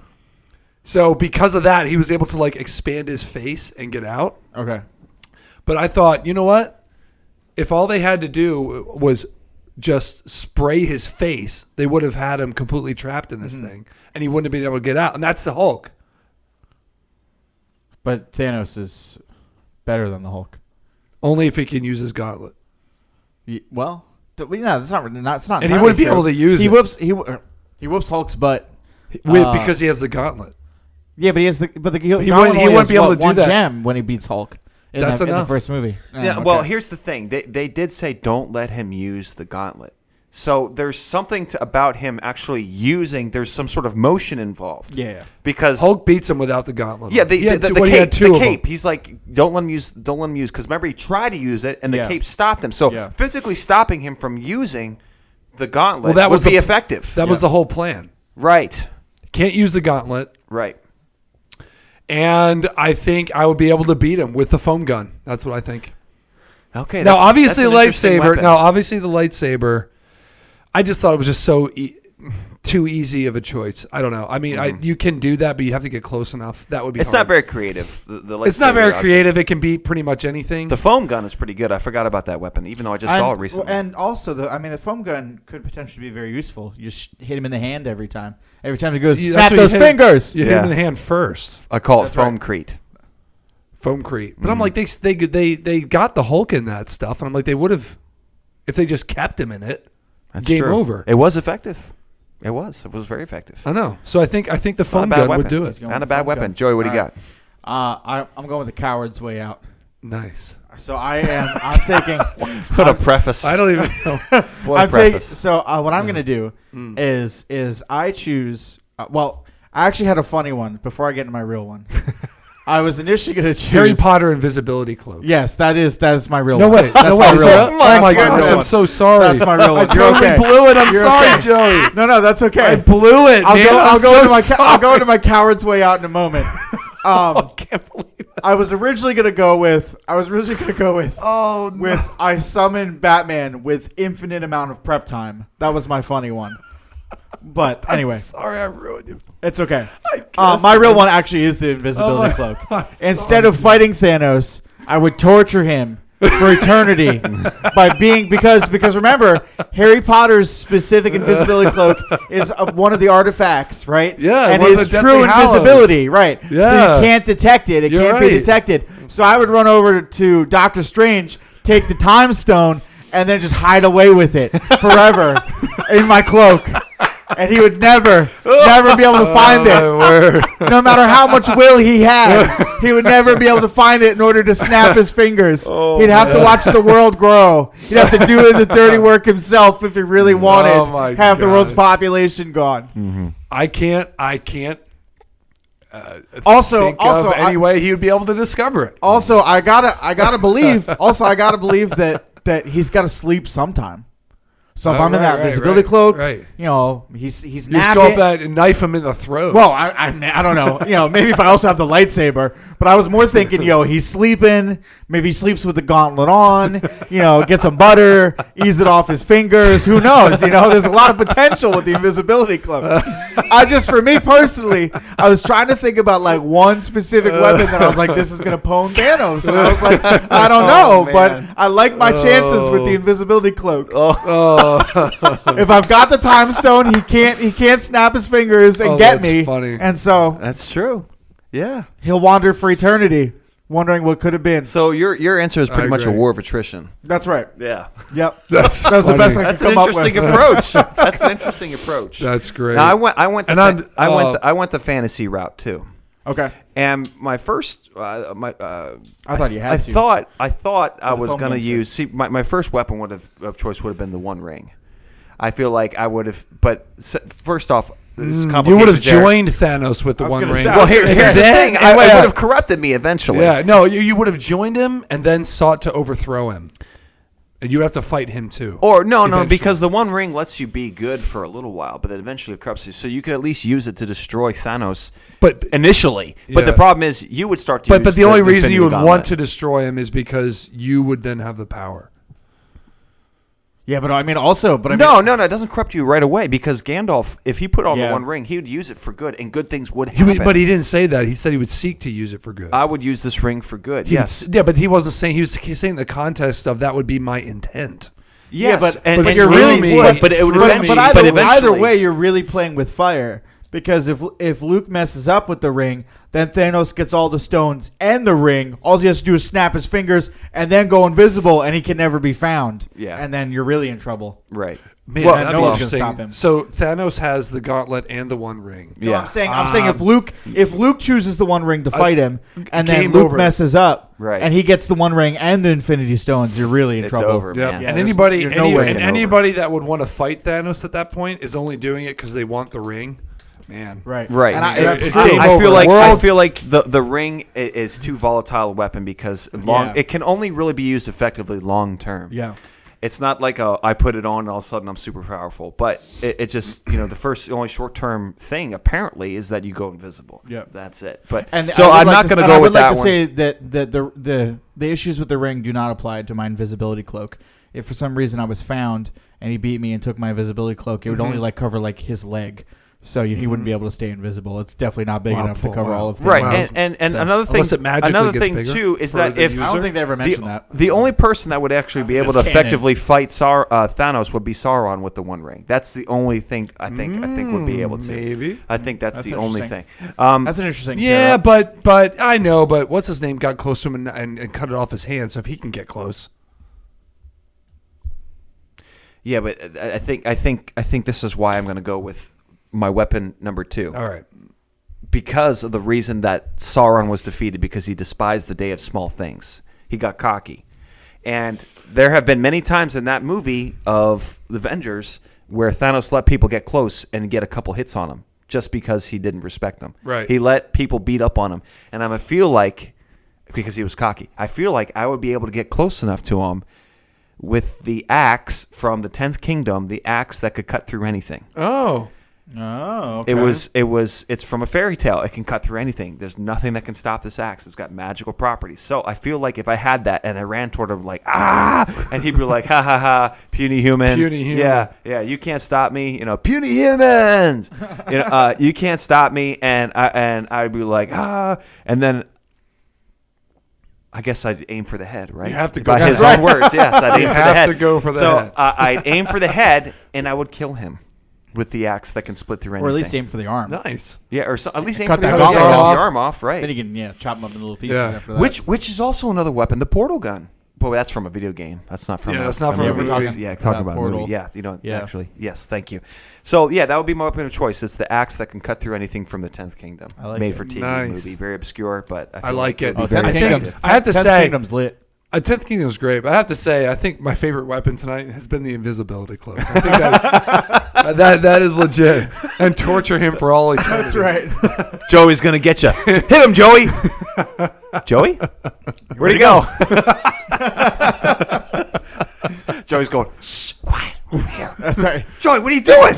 Speaker 2: So because of that, he was able to like expand his face and get out.
Speaker 3: Okay.
Speaker 2: But I thought, you know what? If all they had to do was just spray his face, they would have had him completely trapped in this
Speaker 1: Mm-hmm.
Speaker 2: thing, and he wouldn't have been able to get out. And that's the Hulk.
Speaker 3: But Thanos is better than the Hulk.
Speaker 2: Only if he can use his gauntlet.
Speaker 3: Y- Well, th- well, no, that's not. That's not.
Speaker 2: And he
Speaker 3: entirely
Speaker 2: wouldn't be
Speaker 3: true.
Speaker 2: able to use
Speaker 3: He
Speaker 2: it.
Speaker 3: whoops. He wh- he whoops Hulk's butt.
Speaker 2: Wait,
Speaker 1: Ah.
Speaker 3: Uh,
Speaker 2: because he has the gauntlet.
Speaker 3: Yeah, but he has the. But the,
Speaker 2: he wouldn't- he
Speaker 3: only
Speaker 2: wouldn't
Speaker 3: has,
Speaker 2: be able
Speaker 3: what,
Speaker 2: to do
Speaker 3: one
Speaker 2: that.
Speaker 3: gem when he beats Hulk. in,
Speaker 2: That's
Speaker 3: the, in the
Speaker 2: enough.
Speaker 3: first movie.
Speaker 1: yeah,
Speaker 3: Oh,
Speaker 1: well,
Speaker 3: okay.
Speaker 1: here's the thing. They they did say don't let him use the gauntlet. So there's something to, about him actually using. There's some sort of motion involved.
Speaker 3: Yeah, yeah.
Speaker 1: Because
Speaker 2: Hulk beats him without the gauntlet.
Speaker 1: Yeah, the,
Speaker 2: He had
Speaker 1: the,
Speaker 2: two-
Speaker 1: the,
Speaker 2: well, he had
Speaker 1: cape.
Speaker 2: two
Speaker 1: The
Speaker 2: of them.
Speaker 1: cape. He's like, don't let him use. Don't let him use. Because remember, he tried to use it, and the
Speaker 3: Yeah.
Speaker 1: cape stopped him. So
Speaker 3: Yeah.
Speaker 1: physically stopping him from using the gauntlet
Speaker 2: Well, that
Speaker 1: would
Speaker 2: was
Speaker 1: be
Speaker 2: the-
Speaker 1: effective.
Speaker 2: That was the whole plan.
Speaker 1: right,
Speaker 2: Can't use the gauntlet,
Speaker 1: right.
Speaker 2: and I think I would be able to beat him with the foam gun. That's what I think.
Speaker 1: Okay.
Speaker 2: now,
Speaker 1: that's-
Speaker 2: obviously,
Speaker 1: that's
Speaker 2: the
Speaker 1: an interesting
Speaker 2: lightsaber.
Speaker 1: weapon.
Speaker 2: Now, obviously, the lightsaber. I just thought it was just so e- too easy of a choice. I don't know. I mean, I, you can do that, but you have to get close enough. That would be.
Speaker 1: Mm-hmm. it's
Speaker 2: hard.
Speaker 1: not very creative. The, the
Speaker 2: It's not
Speaker 1: lightsaber
Speaker 2: very
Speaker 1: option.
Speaker 2: creative. It can beat pretty much anything.
Speaker 1: The foam gun is pretty good. I forgot about that weapon, even though I just
Speaker 3: and,
Speaker 1: saw it recently.
Speaker 3: well, And also, the I mean, the foam gun could potentially be very useful. You just hit him in the hand every time. Every time he goes,
Speaker 2: You- that's
Speaker 3: snap
Speaker 2: what you
Speaker 3: those
Speaker 2: hit him-
Speaker 3: fingers.
Speaker 2: you hit
Speaker 1: Yeah.
Speaker 2: him in the hand first.
Speaker 1: I call it
Speaker 3: That's right.
Speaker 1: foam crete.
Speaker 2: Foamcrete. But
Speaker 1: Mm-hmm.
Speaker 2: I'm like, they they they they got the Hulk in that stuff, and I'm like, they would have if they just kept him in it.
Speaker 1: That's
Speaker 2: game
Speaker 1: true.
Speaker 2: over.
Speaker 1: It was effective. It was. It was very effective.
Speaker 2: I know. So I think I think the
Speaker 1: Not a
Speaker 2: foam
Speaker 1: bad
Speaker 2: gun
Speaker 1: weapon.
Speaker 2: would do
Speaker 3: He's
Speaker 2: it.
Speaker 3: going
Speaker 1: Not a
Speaker 3: with
Speaker 1: bad
Speaker 3: foam
Speaker 1: weapon.
Speaker 3: gun.
Speaker 1: Joey, what do you
Speaker 3: All
Speaker 1: got?
Speaker 3: right. Uh, I, I'm going with the coward's way out.
Speaker 2: Nice.
Speaker 3: So I am. I'm taking.
Speaker 1: What a preface.
Speaker 2: I don't even know.
Speaker 1: What a
Speaker 3: I'm taking.
Speaker 1: preface. Mm.
Speaker 3: So uh, what I'm going to do is is I choose. Uh, well, I actually had a funny one before I get into my real one. I was initially going to choose
Speaker 2: Harry Potter invisibility cloak.
Speaker 3: Yes, that is that is my real
Speaker 2: No
Speaker 3: one.
Speaker 2: way.
Speaker 3: That's
Speaker 2: no way.
Speaker 3: my
Speaker 2: Is
Speaker 3: real
Speaker 2: that-
Speaker 3: one.
Speaker 2: Oh
Speaker 3: That's
Speaker 2: my
Speaker 3: real
Speaker 2: gosh.
Speaker 3: one.
Speaker 2: I'm so sorry.
Speaker 3: That's my real
Speaker 2: I
Speaker 3: one. You're
Speaker 2: totally
Speaker 3: okay.
Speaker 2: blew it. I'm
Speaker 3: You're
Speaker 2: sorry,
Speaker 3: okay.
Speaker 2: Joey.
Speaker 3: No, no, that's okay.
Speaker 2: I blew it.
Speaker 3: I'll
Speaker 2: man.
Speaker 3: go. I'll
Speaker 2: I'm
Speaker 3: go
Speaker 2: so
Speaker 3: to my. Ca- I'll go
Speaker 2: sorry.
Speaker 3: to my coward's way out in a moment.
Speaker 2: I
Speaker 3: Um,
Speaker 2: can't believe it.
Speaker 3: I was originally gonna go with. I was originally gonna go with.
Speaker 2: Oh, no.
Speaker 3: With I summon Batman with infinite amount of prep time. That was my funny one. But anyway,
Speaker 2: sorry, I ruined you.
Speaker 3: it's okay.
Speaker 2: I
Speaker 3: Uh,
Speaker 2: guess
Speaker 3: my
Speaker 2: it
Speaker 3: real
Speaker 2: was-
Speaker 3: one actually is the invisibility
Speaker 2: Oh,
Speaker 3: cloak.
Speaker 2: I'm
Speaker 3: Instead of fighting Thanos, I would torture him for eternity by being because because remember Harry Potter's specific invisibility cloak is uh, one of the artifacts, right?
Speaker 2: Yeah,
Speaker 3: and
Speaker 2: one of
Speaker 3: his
Speaker 2: the
Speaker 3: true
Speaker 2: Deathly Hallows.
Speaker 3: invisibility, right? so
Speaker 2: Yeah.
Speaker 3: you can't detect it. It
Speaker 2: You're
Speaker 3: can't be
Speaker 2: right.
Speaker 3: detected. So I would run over to Doctor Strange, take the time stone, and then just hide away with it forever in my cloak. And he would never, never be able to find
Speaker 2: Oh,
Speaker 3: it no matter how much will he had, he would never be able to find it in order to snap his fingers.
Speaker 2: Oh,
Speaker 3: He'd have to watch the world grow. He'd have to do the dirty work himself if he really wanted
Speaker 2: Oh my
Speaker 3: half the world's
Speaker 2: gosh.
Speaker 3: population gone.
Speaker 2: I can't. I can't. Uh,
Speaker 3: Also-
Speaker 2: think
Speaker 3: also,
Speaker 2: of any
Speaker 3: I- Oh,
Speaker 2: way he would be able to discover it.
Speaker 3: Also, I gotta, I gotta believe. Also, I gotta believe that that he's got to sleep sometime. So if
Speaker 2: Oh,
Speaker 3: I'm in
Speaker 2: right,
Speaker 3: that
Speaker 2: right,
Speaker 3: visibility
Speaker 2: right,
Speaker 3: cloak,
Speaker 2: right.
Speaker 3: you know, he's he's
Speaker 2: You just
Speaker 3: napping.
Speaker 2: go up at and knife him in the throat.
Speaker 3: Well, I, I, I don't know. You know, maybe if I also have the lightsaber, but I was more thinking, yo, he's sleeping. Maybe he sleeps with the gauntlet on. You know, get some butter, ease it off his fingers. Who knows? You know, there's a lot of potential with the invisibility cloak. I just, for me personally, I was trying to think about like one specific weapon that I was like, this is gonna pwn Thanos. And I was like, I don't know,
Speaker 1: Oh,
Speaker 3: but
Speaker 1: man.
Speaker 3: I like my chances with
Speaker 2: Oh.
Speaker 3: the invisibility cloak. If I've got the time stone, he can't he can't snap his fingers and
Speaker 2: Oh,
Speaker 3: get
Speaker 2: that's
Speaker 3: me.
Speaker 2: funny.
Speaker 3: And so
Speaker 1: That's true. Yeah.
Speaker 3: He'll wander for eternity, wondering what could have been.
Speaker 1: So your your answer is
Speaker 2: I
Speaker 1: pretty much a
Speaker 2: agree.
Speaker 1: war of attrition.
Speaker 3: That's right.
Speaker 1: Yeah.
Speaker 3: Yep.
Speaker 2: that's
Speaker 3: That was the
Speaker 2: funny.
Speaker 3: best I could
Speaker 1: That's an
Speaker 3: come up
Speaker 1: interesting
Speaker 3: with.
Speaker 1: approach. That's an interesting approach.
Speaker 2: That's great.
Speaker 1: Now, I went I went the
Speaker 2: And
Speaker 1: fa-
Speaker 2: I'm-
Speaker 1: I
Speaker 2: uh,
Speaker 1: went the, I went the fantasy route too.
Speaker 3: Okay.
Speaker 1: And my first, uh, my uh,
Speaker 3: I thought you had
Speaker 1: I
Speaker 3: to.
Speaker 1: thought I thought I
Speaker 3: With the
Speaker 1: was
Speaker 3: foam
Speaker 1: gonna
Speaker 3: gun's good.
Speaker 1: use. See, my, my first weapon would have of choice would have been the One Ring. I feel like I would have, but s- first off, this
Speaker 2: you would have
Speaker 1: complications there.
Speaker 2: joined Thanos with the
Speaker 3: was
Speaker 2: one
Speaker 3: gonna
Speaker 2: ring.
Speaker 3: say- I
Speaker 1: Well,
Speaker 3: was
Speaker 1: here,
Speaker 3: gonna
Speaker 1: here's the
Speaker 2: Then-
Speaker 1: thing. I, it
Speaker 2: yeah.
Speaker 1: would have corrupted me eventually.
Speaker 2: Yeah, no, you, you would have joined him and then sought to overthrow him. And you would have to fight him too.
Speaker 1: Or no, no,
Speaker 2: Eventually.
Speaker 1: because the One Ring lets you be good for a little while, but it eventually corrupts you. So you could at least use it to destroy Thanos,
Speaker 2: But-
Speaker 1: initially. But the
Speaker 2: Yeah.
Speaker 1: problem is, you would start to.
Speaker 2: but but
Speaker 1: use
Speaker 2: the only reason you would
Speaker 1: Infinity
Speaker 2: want to
Speaker 1: Gauntlet.
Speaker 2: destroy him is because you would then have the power.
Speaker 3: Yeah, but I mean, also, but I mean,
Speaker 1: No, no, no! It doesn't corrupt you right away because Gandalf, if he put on
Speaker 3: Yeah.
Speaker 1: the One Ring, he would use it for good, and good things would
Speaker 2: He
Speaker 1: happen.
Speaker 2: would- but he didn't say that. He said he would seek to use it for good.
Speaker 1: I would use this ring for good.
Speaker 3: Hmm.
Speaker 2: He would
Speaker 1: Uh, yes,
Speaker 2: s- yeah, but he wasn't saying he was saying the context of that would be my intent.
Speaker 1: yes,
Speaker 3: but-
Speaker 1: and,
Speaker 2: but
Speaker 1: and
Speaker 2: you're
Speaker 1: you
Speaker 2: really-
Speaker 1: really
Speaker 2: but-
Speaker 1: would, but it would
Speaker 2: but-
Speaker 3: But,
Speaker 1: eventually.
Speaker 3: but either,
Speaker 1: but eventually-
Speaker 3: either way, you're really playing with fire because if if Luke messes up with the ring, then Thanos gets all the stones and the ring. All he has to do is snap his fingers and then go invisible, and he can never be found.
Speaker 1: Yeah.
Speaker 3: and then you're really in trouble.
Speaker 1: right?
Speaker 2: Man,
Speaker 1: Well,
Speaker 2: that'd
Speaker 1: no
Speaker 2: be
Speaker 1: one's gonna
Speaker 2: interesting.
Speaker 3: stop him.
Speaker 2: So Thanos has the gauntlet and the One Ring.
Speaker 3: No,
Speaker 1: yeah,
Speaker 3: I'm saying I'm saying if
Speaker 2: Um,
Speaker 3: Luke if Luke chooses the One Ring to fight him, and then
Speaker 2: game
Speaker 3: Luke
Speaker 2: over.
Speaker 3: messes up,
Speaker 1: Right.
Speaker 3: and he gets the One Ring and the Infinity Stones, you're really in
Speaker 1: it's
Speaker 3: trouble.
Speaker 1: over,
Speaker 2: Yeah.
Speaker 1: man.
Speaker 3: Yeah,
Speaker 2: and
Speaker 3: there's-
Speaker 2: anybody,
Speaker 3: there's
Speaker 2: any,
Speaker 3: no way.
Speaker 2: and
Speaker 1: Over.
Speaker 2: anybody that would want to fight Thanos at that point is only doing it because they want the ring. Man,
Speaker 3: Right.
Speaker 1: Right.
Speaker 3: And I,
Speaker 2: It-
Speaker 3: that's-
Speaker 2: it's
Speaker 3: I-
Speaker 2: game
Speaker 3: I
Speaker 1: I
Speaker 2: over.
Speaker 1: feel like I
Speaker 2: World-
Speaker 1: feel like the the ring i- is too volatile a weapon because long
Speaker 3: Yeah.
Speaker 1: it can only really be used effectively long term.
Speaker 3: Yeah.
Speaker 1: It's not like a, I put it on and all of a sudden I'm super powerful, but it, it just you know the first the only short term thing apparently is that you go invisible.
Speaker 3: Yeah.
Speaker 1: that's it. But
Speaker 3: And
Speaker 1: so
Speaker 3: I would
Speaker 1: I'm
Speaker 3: like
Speaker 1: not
Speaker 3: to-
Speaker 1: going to
Speaker 3: and
Speaker 1: go
Speaker 3: I would
Speaker 1: with
Speaker 3: like
Speaker 1: that
Speaker 3: to
Speaker 1: one.
Speaker 3: say that that the the the issues with the ring do not apply to my invisibility cloak. If for some reason I was found and he beat me and took my invisibility cloak, it would
Speaker 1: Mm-hmm.
Speaker 3: only like cover like his leg, so you, he wouldn't be able to stay invisible. It's definitely not big
Speaker 2: Wow,
Speaker 3: enough
Speaker 2: Paul,
Speaker 3: to cover
Speaker 2: wow.
Speaker 3: all of
Speaker 1: Right,
Speaker 2: Wow.
Speaker 1: and and, and
Speaker 3: So-
Speaker 1: another thing,
Speaker 2: Unless it magically
Speaker 1: another
Speaker 2: gets
Speaker 1: thing
Speaker 2: bigger
Speaker 1: too is
Speaker 2: for
Speaker 1: that
Speaker 2: the
Speaker 1: if
Speaker 2: user. I
Speaker 3: don't think they ever mentioned
Speaker 1: the,
Speaker 3: that.
Speaker 1: the only person that would actually be able to
Speaker 3: It's canon.
Speaker 1: effectively fight Sar- uh, Thanos would be Sauron with the One Ring. That's the only thing I think I think would be able to.
Speaker 2: Hmm, maybe.
Speaker 1: I think that's,
Speaker 3: That's
Speaker 1: the only thing.
Speaker 3: interesting.
Speaker 1: Um,
Speaker 3: That's an interesting.
Speaker 2: Yeah,
Speaker 3: theory.
Speaker 2: but but I know, but what's his name got close to him and, and, and cut it off his hand. So if he can get close,
Speaker 1: yeah, but uh, I I think I think I think this is why I'm going to go with my weapon number two
Speaker 2: all right.
Speaker 1: because of the reason that Sauron was defeated because he despised the day of small things. He got cocky. And there have been many times in that movie of the Avengers where Thanos let people get close and get a couple hits on him just because he didn't respect them.
Speaker 2: Right.
Speaker 1: He let people beat up on him. And I'm- I feel like because he was cocky, I feel like I would be able to get close enough to him with the axe from the 10th kingdom, the axe that could cut through anything.
Speaker 2: Oh,
Speaker 3: Oh,
Speaker 1: It
Speaker 3: okay.
Speaker 1: was it was it's from a fairy tale. It can cut through anything. There's nothing that can stop this axe. It's got magical properties. So I feel like if I had that and I ran toward him like ah and he'd be like ha ha ha puny human.
Speaker 2: Puny human.
Speaker 1: Yeah. Yeah, you can't stop me, you know, puny humans. you know, uh, you can't stop me and I and I'd be like ah and then I guess I'd aim for the head, right?
Speaker 2: You have to go
Speaker 1: By
Speaker 2: for
Speaker 1: his
Speaker 2: the
Speaker 1: own
Speaker 2: head.
Speaker 1: words, yes. I'd
Speaker 2: You
Speaker 1: aim for the
Speaker 2: have
Speaker 1: head.
Speaker 2: to go for the
Speaker 1: so,
Speaker 2: head.
Speaker 1: uh, I'd aim for the head, and I would kill him with the axe that can split through anything.
Speaker 3: or at least aim for the arm.
Speaker 2: nice.
Speaker 1: Yeah, or so, at least aim
Speaker 3: Cut
Speaker 1: for the,
Speaker 3: the
Speaker 1: arm,
Speaker 3: gauntlet
Speaker 1: arm
Speaker 2: off.
Speaker 1: the arm off,
Speaker 3: Then you
Speaker 1: right?
Speaker 3: can yeah chop him up in little pieces.
Speaker 2: Yeah.
Speaker 3: After that.
Speaker 1: Which which is also another weapon, the portal gun. Boy, that's from a video game. That's not from. a,
Speaker 2: Yeah, that's not
Speaker 1: I
Speaker 2: from
Speaker 1: mean,
Speaker 2: a
Speaker 1: we're
Speaker 2: movie.
Speaker 1: talking- yeah,
Speaker 3: About
Speaker 1: talking about, a
Speaker 3: Portal.
Speaker 1: movie. Yeah, you know,
Speaker 3: Yeah.
Speaker 1: actually, yes, thank you. So yeah, that would be my weapon of choice. It's the axe that can cut through anything from the Tenth Kingdom.
Speaker 3: I like
Speaker 1: Made
Speaker 3: it.
Speaker 1: for TV
Speaker 2: Nice.
Speaker 1: movie, very obscure, but I, feel
Speaker 2: I like it.
Speaker 1: would be
Speaker 3: Oh,
Speaker 1: very
Speaker 3: Tenth
Speaker 2: I,
Speaker 1: effective.
Speaker 2: think,
Speaker 3: Kingdom's-
Speaker 2: I have to
Speaker 3: Tenth
Speaker 2: say,
Speaker 3: Kingdom's lit.
Speaker 2: Uh, Tenth Kingdom was great, but I have to say, I think my favorite weapon tonight has been the invisibility cloak. I think that, uh, that that is legit, and torture him for all eternity. That's right.
Speaker 1: Joey's gonna get you. Hit him, Joey. Joey, where'd he go? Joey's going. Shh, quiet over here.
Speaker 3: That's right.
Speaker 1: Joey, what are you doing?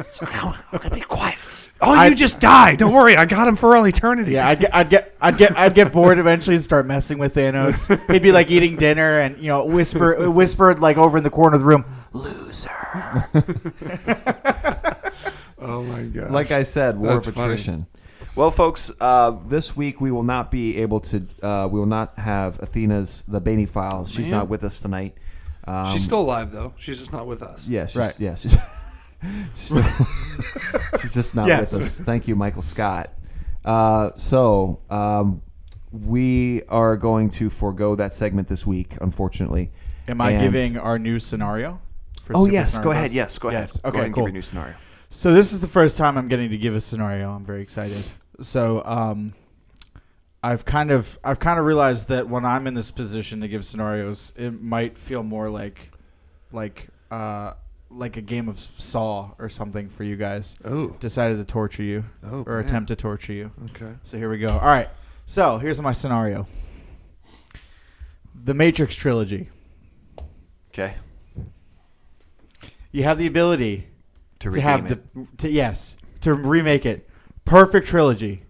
Speaker 1: It's okay, I'm gonna be quiet.
Speaker 2: Oh,
Speaker 3: I-
Speaker 2: you just die. Don't worry, I got him for all eternity.
Speaker 3: Yeah, I'd get, I'd get, I'd get, I'd get bored eventually and start messing with Thanos. He'd be like eating dinner and you know whisper, whispered like over in the corner of the room, loser.
Speaker 2: Oh my god.
Speaker 1: Like I said, war
Speaker 2: That's
Speaker 1: of
Speaker 2: funny.
Speaker 1: attrition. Well, folks, uh, this week we will not be able to. Uh, we will not have Athena's the Bainey file. She's
Speaker 2: man.
Speaker 1: not with us tonight. Um,
Speaker 2: she's still alive though. She's just not with us.
Speaker 1: Yeah, she's,
Speaker 3: Right.
Speaker 1: Yeah, she's, she's, still, she's just not
Speaker 3: Yes.
Speaker 1: with us. Thank you, Michael Scott. Uh, so um, we are going to forego that segment this week, unfortunately.
Speaker 3: Am I
Speaker 1: And-
Speaker 3: giving our new scenario? For
Speaker 1: Oh
Speaker 3: Super
Speaker 1: yes,
Speaker 3: Smash
Speaker 1: go
Speaker 3: Bros?
Speaker 1: ahead. Yes, go ahead.
Speaker 3: Yes.
Speaker 1: Go
Speaker 3: Okay,
Speaker 1: ahead and give
Speaker 3: cool.
Speaker 1: your new scenario.
Speaker 3: So this is the first time I'm getting to give a scenario. I'm very excited. So um, I've kind of I've kind of realized that when I'm in this position to give scenarios, it might feel more like like uh, like a game of Saw or something for you guys.
Speaker 2: Oh.
Speaker 3: Decided to torture you
Speaker 2: Oh,
Speaker 3: or
Speaker 2: man.
Speaker 3: attempt to torture you.
Speaker 2: Okay.
Speaker 3: So here we go. All right. So here's my scenario. The Matrix trilogy.
Speaker 1: Okay.
Speaker 3: You have the ability to
Speaker 1: redeem
Speaker 3: have
Speaker 1: it.
Speaker 3: the to, yes to remake it perfect trilogy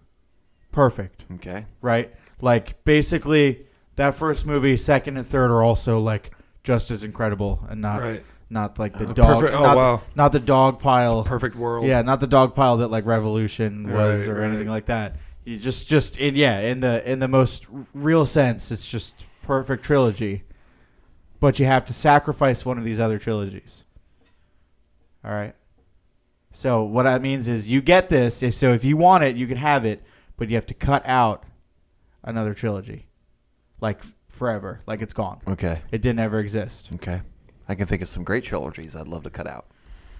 Speaker 3: perfect
Speaker 1: okay.
Speaker 3: right like basically that first movie second and third are also like just as incredible and not
Speaker 2: Right.
Speaker 3: not like the
Speaker 2: Uh,
Speaker 3: dog
Speaker 2: perfect- oh,
Speaker 3: not,
Speaker 2: wow.
Speaker 3: not the dog pile
Speaker 2: Perfect world.
Speaker 3: yeah not the dog pile that like revolution was
Speaker 2: Right,
Speaker 3: or
Speaker 2: right.
Speaker 3: anything like that you just just in yeah in the in the most r- real sense it's just perfect trilogy but you have to sacrifice one of these other trilogies all right so what that means is you get this. if- So if you want it, you can have it, but you have to cut out another trilogy, like forever, like it's gone.
Speaker 1: Okay.
Speaker 3: It didn't ever exist.
Speaker 1: Okay. I can think of some great trilogies I'd love to cut out.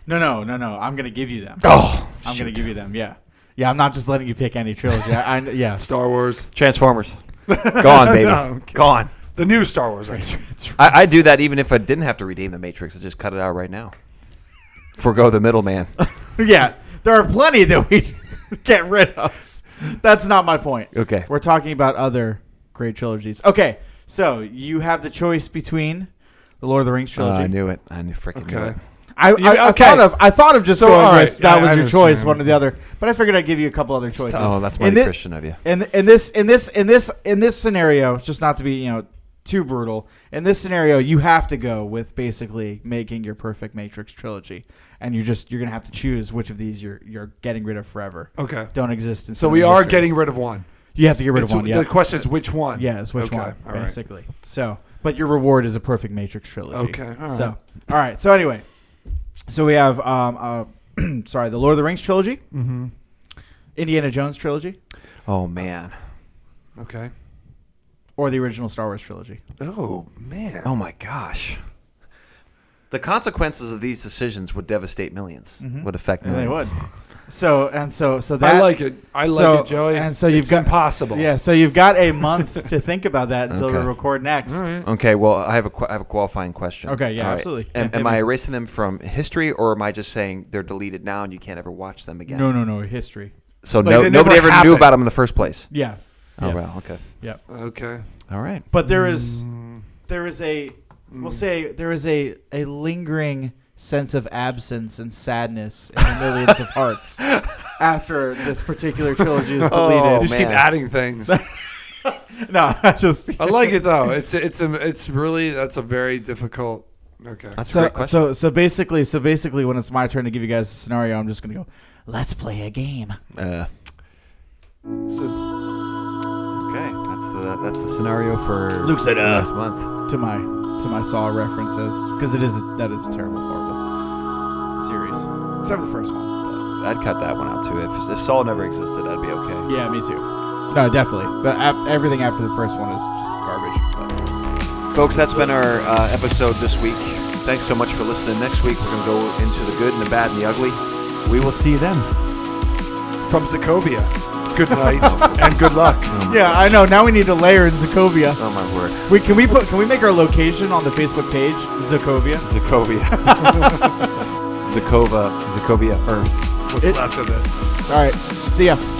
Speaker 3: No, no, no, no. I'm gonna give you them.
Speaker 1: Oh,
Speaker 3: I'm gonna give you them. Yeah, yeah. I'm not just letting you pick any trilogy. I, I yeah.
Speaker 2: Star Wars.
Speaker 1: Transformers. Gone, baby.
Speaker 2: No, I'm kidding.
Speaker 1: Gone.
Speaker 2: The new Star Wars. I mean.
Speaker 1: I, I do that even if I didn't have to redeem the Matrix. I just cut it out right now. Forgo the middleman.
Speaker 3: yeah, there are plenty that we get rid of. That's not my point.
Speaker 1: Okay.
Speaker 3: We're talking about other great trilogies. Okay, so you have the choice between the Lord of the Rings
Speaker 1: Uh,
Speaker 3: trilogy.
Speaker 1: I knew it. I knew freaking knew
Speaker 2: Okay.
Speaker 1: it.
Speaker 3: I,
Speaker 2: You-
Speaker 3: I- I
Speaker 2: okay.
Speaker 3: thought of I thought of just
Speaker 2: So,
Speaker 3: going
Speaker 2: all right.
Speaker 3: with that
Speaker 2: Yeah, I
Speaker 3: was your choice,
Speaker 2: understand.
Speaker 3: one or the other. But I figured I'd give you a couple other choices.
Speaker 1: Oh, that's my
Speaker 3: In thi-
Speaker 1: Christian of you.
Speaker 3: In in this in this in this in this scenario, just not to be you know too brutal. In this scenario, you have to go with basically making your perfect Matrix trilogy, and you're just you're gonna have to choose which of these you're you're getting rid of forever.
Speaker 2: Okay.
Speaker 3: Don't exist. In
Speaker 2: So
Speaker 3: cinema
Speaker 2: we are
Speaker 3: history.
Speaker 2: getting rid of one.
Speaker 3: You have to get rid
Speaker 2: It's-
Speaker 3: of one. Yeah.
Speaker 2: The question is which one?
Speaker 3: Yeah, it's which
Speaker 2: Okay,
Speaker 3: one
Speaker 2: all right.
Speaker 3: basically. So, but your reward is a perfect Matrix trilogy.
Speaker 2: Okay, all
Speaker 3: So, all right. So anyway, so we have um, uh, sorry, the Lord of the Rings trilogy,
Speaker 2: Mhm.
Speaker 3: Indiana Jones trilogy,
Speaker 1: Oh man.
Speaker 2: Okay.
Speaker 3: or the original Star Wars trilogy.
Speaker 2: Oh man.
Speaker 1: Oh my gosh. The consequences of these decisions would devastate 1000000s Mm-hmm. Would affect
Speaker 3: And they
Speaker 1: millions.
Speaker 3: would. So and so so that
Speaker 2: I like it. I like
Speaker 3: so-
Speaker 2: it, Joey.
Speaker 3: And so you've
Speaker 2: It's
Speaker 3: got
Speaker 2: impossible.
Speaker 3: Yeah. So you've got a month to think about that until we
Speaker 1: Okay.
Speaker 3: record next.
Speaker 2: All right.
Speaker 1: Okay, well, I have a qu- I have a qualifying question.
Speaker 3: Okay, yeah,
Speaker 1: All
Speaker 3: absolutely.
Speaker 1: Am,
Speaker 3: Yeah,
Speaker 1: am I
Speaker 3: maybe.
Speaker 1: erasing them from history, or am I just saying they're deleted now and you can't ever watch them again?
Speaker 3: No, no, no. History.
Speaker 1: So
Speaker 2: Like,
Speaker 1: no,
Speaker 2: they
Speaker 1: nobody ever
Speaker 2: never
Speaker 1: knew
Speaker 2: happened.
Speaker 1: about them in the first place.
Speaker 3: Yeah.
Speaker 1: Oh
Speaker 3: Yeah.
Speaker 1: well, okay,
Speaker 3: Yeah.
Speaker 2: Okay.
Speaker 1: all right.
Speaker 3: But there is
Speaker 2: Mm.
Speaker 3: there is a we'll say there is a a lingering sense of absence and sadness in the millions of hearts after this particular trilogy is deleted.
Speaker 1: Oh,
Speaker 2: just keep
Speaker 1: man.
Speaker 2: adding things.
Speaker 3: no, I just
Speaker 2: I like it though. It's it's a, it's really that's a very difficult. Okay.
Speaker 1: That's a
Speaker 3: so
Speaker 1: great question.
Speaker 3: so so basically so basically when it's my turn to give you guys a scenario, I'm just gonna go. Let's play a game.
Speaker 1: uh,
Speaker 2: So it's-
Speaker 1: okay, that's the that's the scenario for
Speaker 3: Luke said, uh.
Speaker 1: last month.
Speaker 3: To my to my Saw references because it is that is a terrible horrible series except for the first one.
Speaker 1: I'd cut that one out too. If if Saul never existed, I'd be okay.
Speaker 3: but- yeah, me too. No, definitely. But af- everything after the first one is just garbage. But.
Speaker 1: Folks, that's been our uh, episode this week. Thanks so much for listening. Next week we're gonna go into the good and the bad and the ugly. We will see you then.
Speaker 2: from Zacobia. Good night and good luck.
Speaker 3: Yeah, I know. Now we need to layer in Zacovia.
Speaker 1: Oh my word,
Speaker 3: Wait, can we put? Can we make our location on the Facebook page Zacovia?
Speaker 1: Zakovia, Zakova, Zakovia Earth.
Speaker 2: What's left of it?
Speaker 3: All right. See ya.